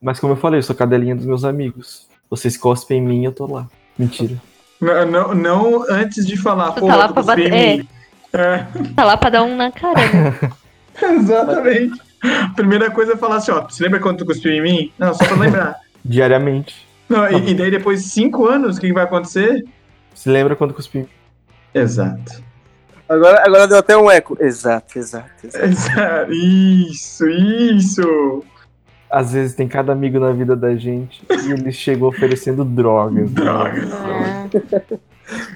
Mas como eu falei, eu sou cadelinha dos meus amigos. Vocês cospem em mim, eu tô lá. Mentira. Não, não, não antes de falar, Tu pô, tá lá tu pra cuspir em bater- mim. É, Tá lá pra dar um na cara. exatamente. Primeira coisa é falar assim, ó, você lembra quando tu cuspiu em mim? Não, só pra lembrar. Diariamente. Não, e, e daí depois de cinco anos, o que que vai acontecer? Se lembra quando cuspi? Exato. Agora, agora deu até um eco. Exato, exato. exato. Exato. Isso, isso. Às vezes tem cada amigo na vida da gente e ele chegou oferecendo drogas. Droga. Ah,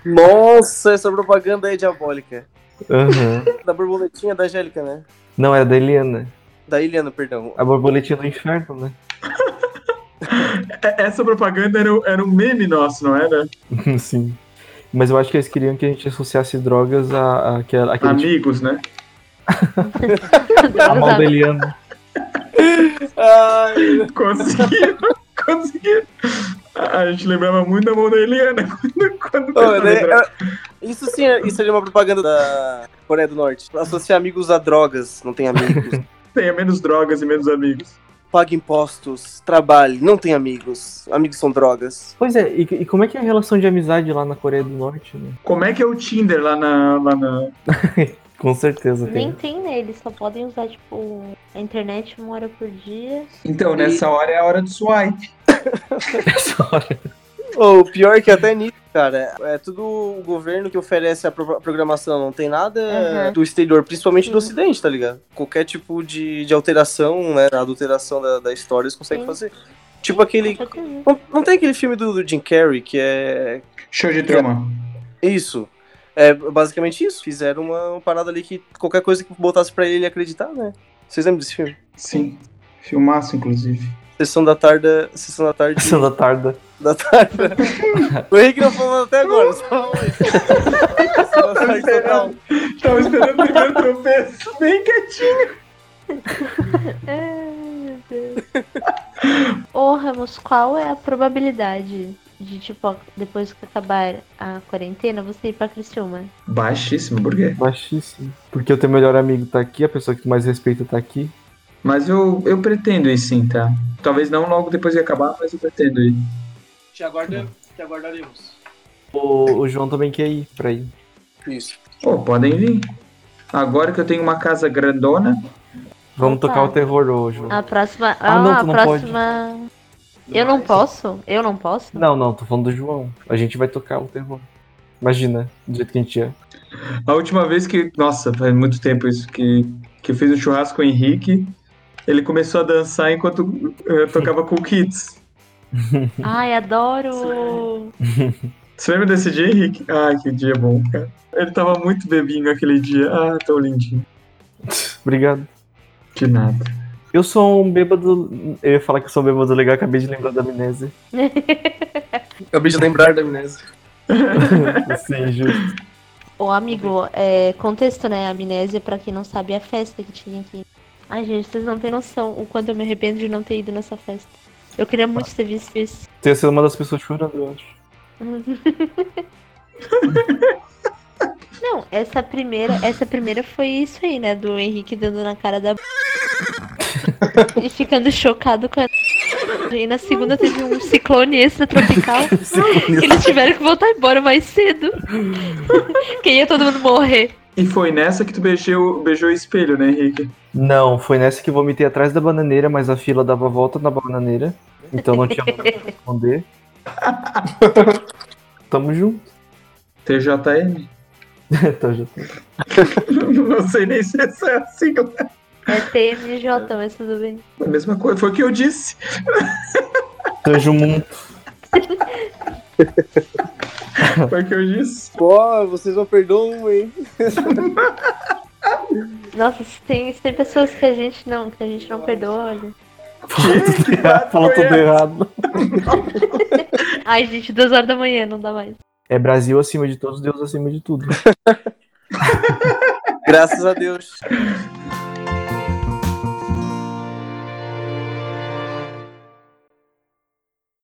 Nossa, essa propaganda aí é diabólica. Aham. Da borboletinha da Angélica, né? Não, era da Eliana. Da Iliana, perdão. A borboletinha do inferno, né? É- Essa propaganda era, o- era um meme nosso, não era? Sim. Mas eu acho que eles queriam que a gente associasse drogas a, a, aquela- aquele tipo- Amigos, né? a mal da Eliana. Ai, Conseguiram, conseguiram. A gente lembrava muito da mão da Eliana quando, quando Ô, tentava daí- lembrar. né? é- isso sim, é- isso ali é uma propaganda da Coreia do Norte. Associar amigos a drogas, não tem amigos. Tenha menos drogas e menos amigos. Pague impostos, trabalhe, não tem amigos. Amigos são drogas. Pois é, e, e como é que é a relação de amizade lá na Coreia do Norte, né? Como é que é o Tinder lá na. Lá na... Com certeza Nem tem. tem nele, só podem usar, tipo, a internet uma hora por dia. Então, nessa hora é a hora do swipe. Essa hora. Ô, o pior é que até nisso, cara, é tudo o governo que oferece a pro- programação, não tem nada Uhum. do exterior, principalmente do Sim. ocidente, tá ligado? Qualquer tipo de, de alteração, né, adulteração da, da história eles conseguem Sim. fazer. Tipo aquele... Só que não. Não, não tem aquele filme do, do Jim Carrey que é... Show de Truman. Isso. É basicamente isso. Fizeram uma, uma parada ali que qualquer coisa que botasse pra ele, ele acreditar, né? Vocês lembram desse filme? Sim. Filmaço, inclusive. Sessão da tarde... Sessão da tarde... Essa da tarde. da tarde. o Henrique não falou até agora, só falou isso. Sessão da tarde total. Tava esperando o primeiro tropeço. Bem quietinho. Ai, É, meu Deus. Ô, Ramos, qual é a probabilidade de, tipo, ó, depois que acabar a quarentena, você ir pra Criciúma? Baixíssimo, burguês. Baixíssimo. Porque o teu melhor amigo tá aqui, a pessoa que tu mais respeita tá aqui. Mas eu, eu pretendo ir sim, tá? Talvez não logo depois de acabar, mas eu pretendo ir. Te, aguarda, te aguardaremos. O, o João também quer ir pra ir. Isso. Pô, podem vir. Agora que eu tenho uma casa grandona, Vamos Opa. tocar o terror hoje. João. A próxima. Ah, não, a tu não próxima. Eu não posso? Eu não posso? Não, não, tô falando do João. A gente vai tocar o terror. Imagina, do jeito que a gente é. a última vez que. Nossa, faz muito tempo isso que, que eu fiz um churrasco com o Henrique. Ele começou a dançar enquanto eu tocava Cool Kids. Ai, adoro! Você lembra desse dia, Henrique? Ai, que dia bom, cara. Ele tava muito bebinho aquele dia. Ah, tão lindinho. Obrigado. De nada. Eu sou um bêbado. Eu ia falar que eu sou um bêbado legal, acabei de lembrar da amnésia. Acabei de lembrar da amnésia. Sim, justo. Ô, amigo, é, contexto, né? A amnésia, pra quem não sabe, é a festa que tinha aqui. Ai, gente, vocês não têm noção o quanto eu me arrependo de não ter ido nessa festa. Eu queria muito ter visto isso. Tenho sido uma das pessoas chorando, eu acho. Não, essa primeira, essa primeira foi isso aí, né? Do Henrique dando na cara da. b- e ficando chocado com a. E na segunda teve um ciclone extratropical. que eles tiveram que voltar embora mais cedo. que ia todo mundo morrer. E foi nessa que tu beijou, beijou o espelho, né, Henrique? Não, foi nessa que eu vomitei atrás da bananeira, mas a fila dava volta na bananeira. Então não tinha nada pra esconder. Tamo junto. TJM? Tá, já tá. Não sei nem se essa é a sigla. É TMJ, mas tudo bem. é A mesma coisa. Foi o que eu disse. Tanjo muito. Foi o que eu disse. Pô, vocês não perdoam, hein? Nossa, se tem, se tem pessoas que a gente não, que a gente não perdoa, olha. Fala tudo Foi errado. Ai, gente, duas horas da manhã, não dá mais. É Brasil acima de todos, Deus acima de tudo. Graças a Deus.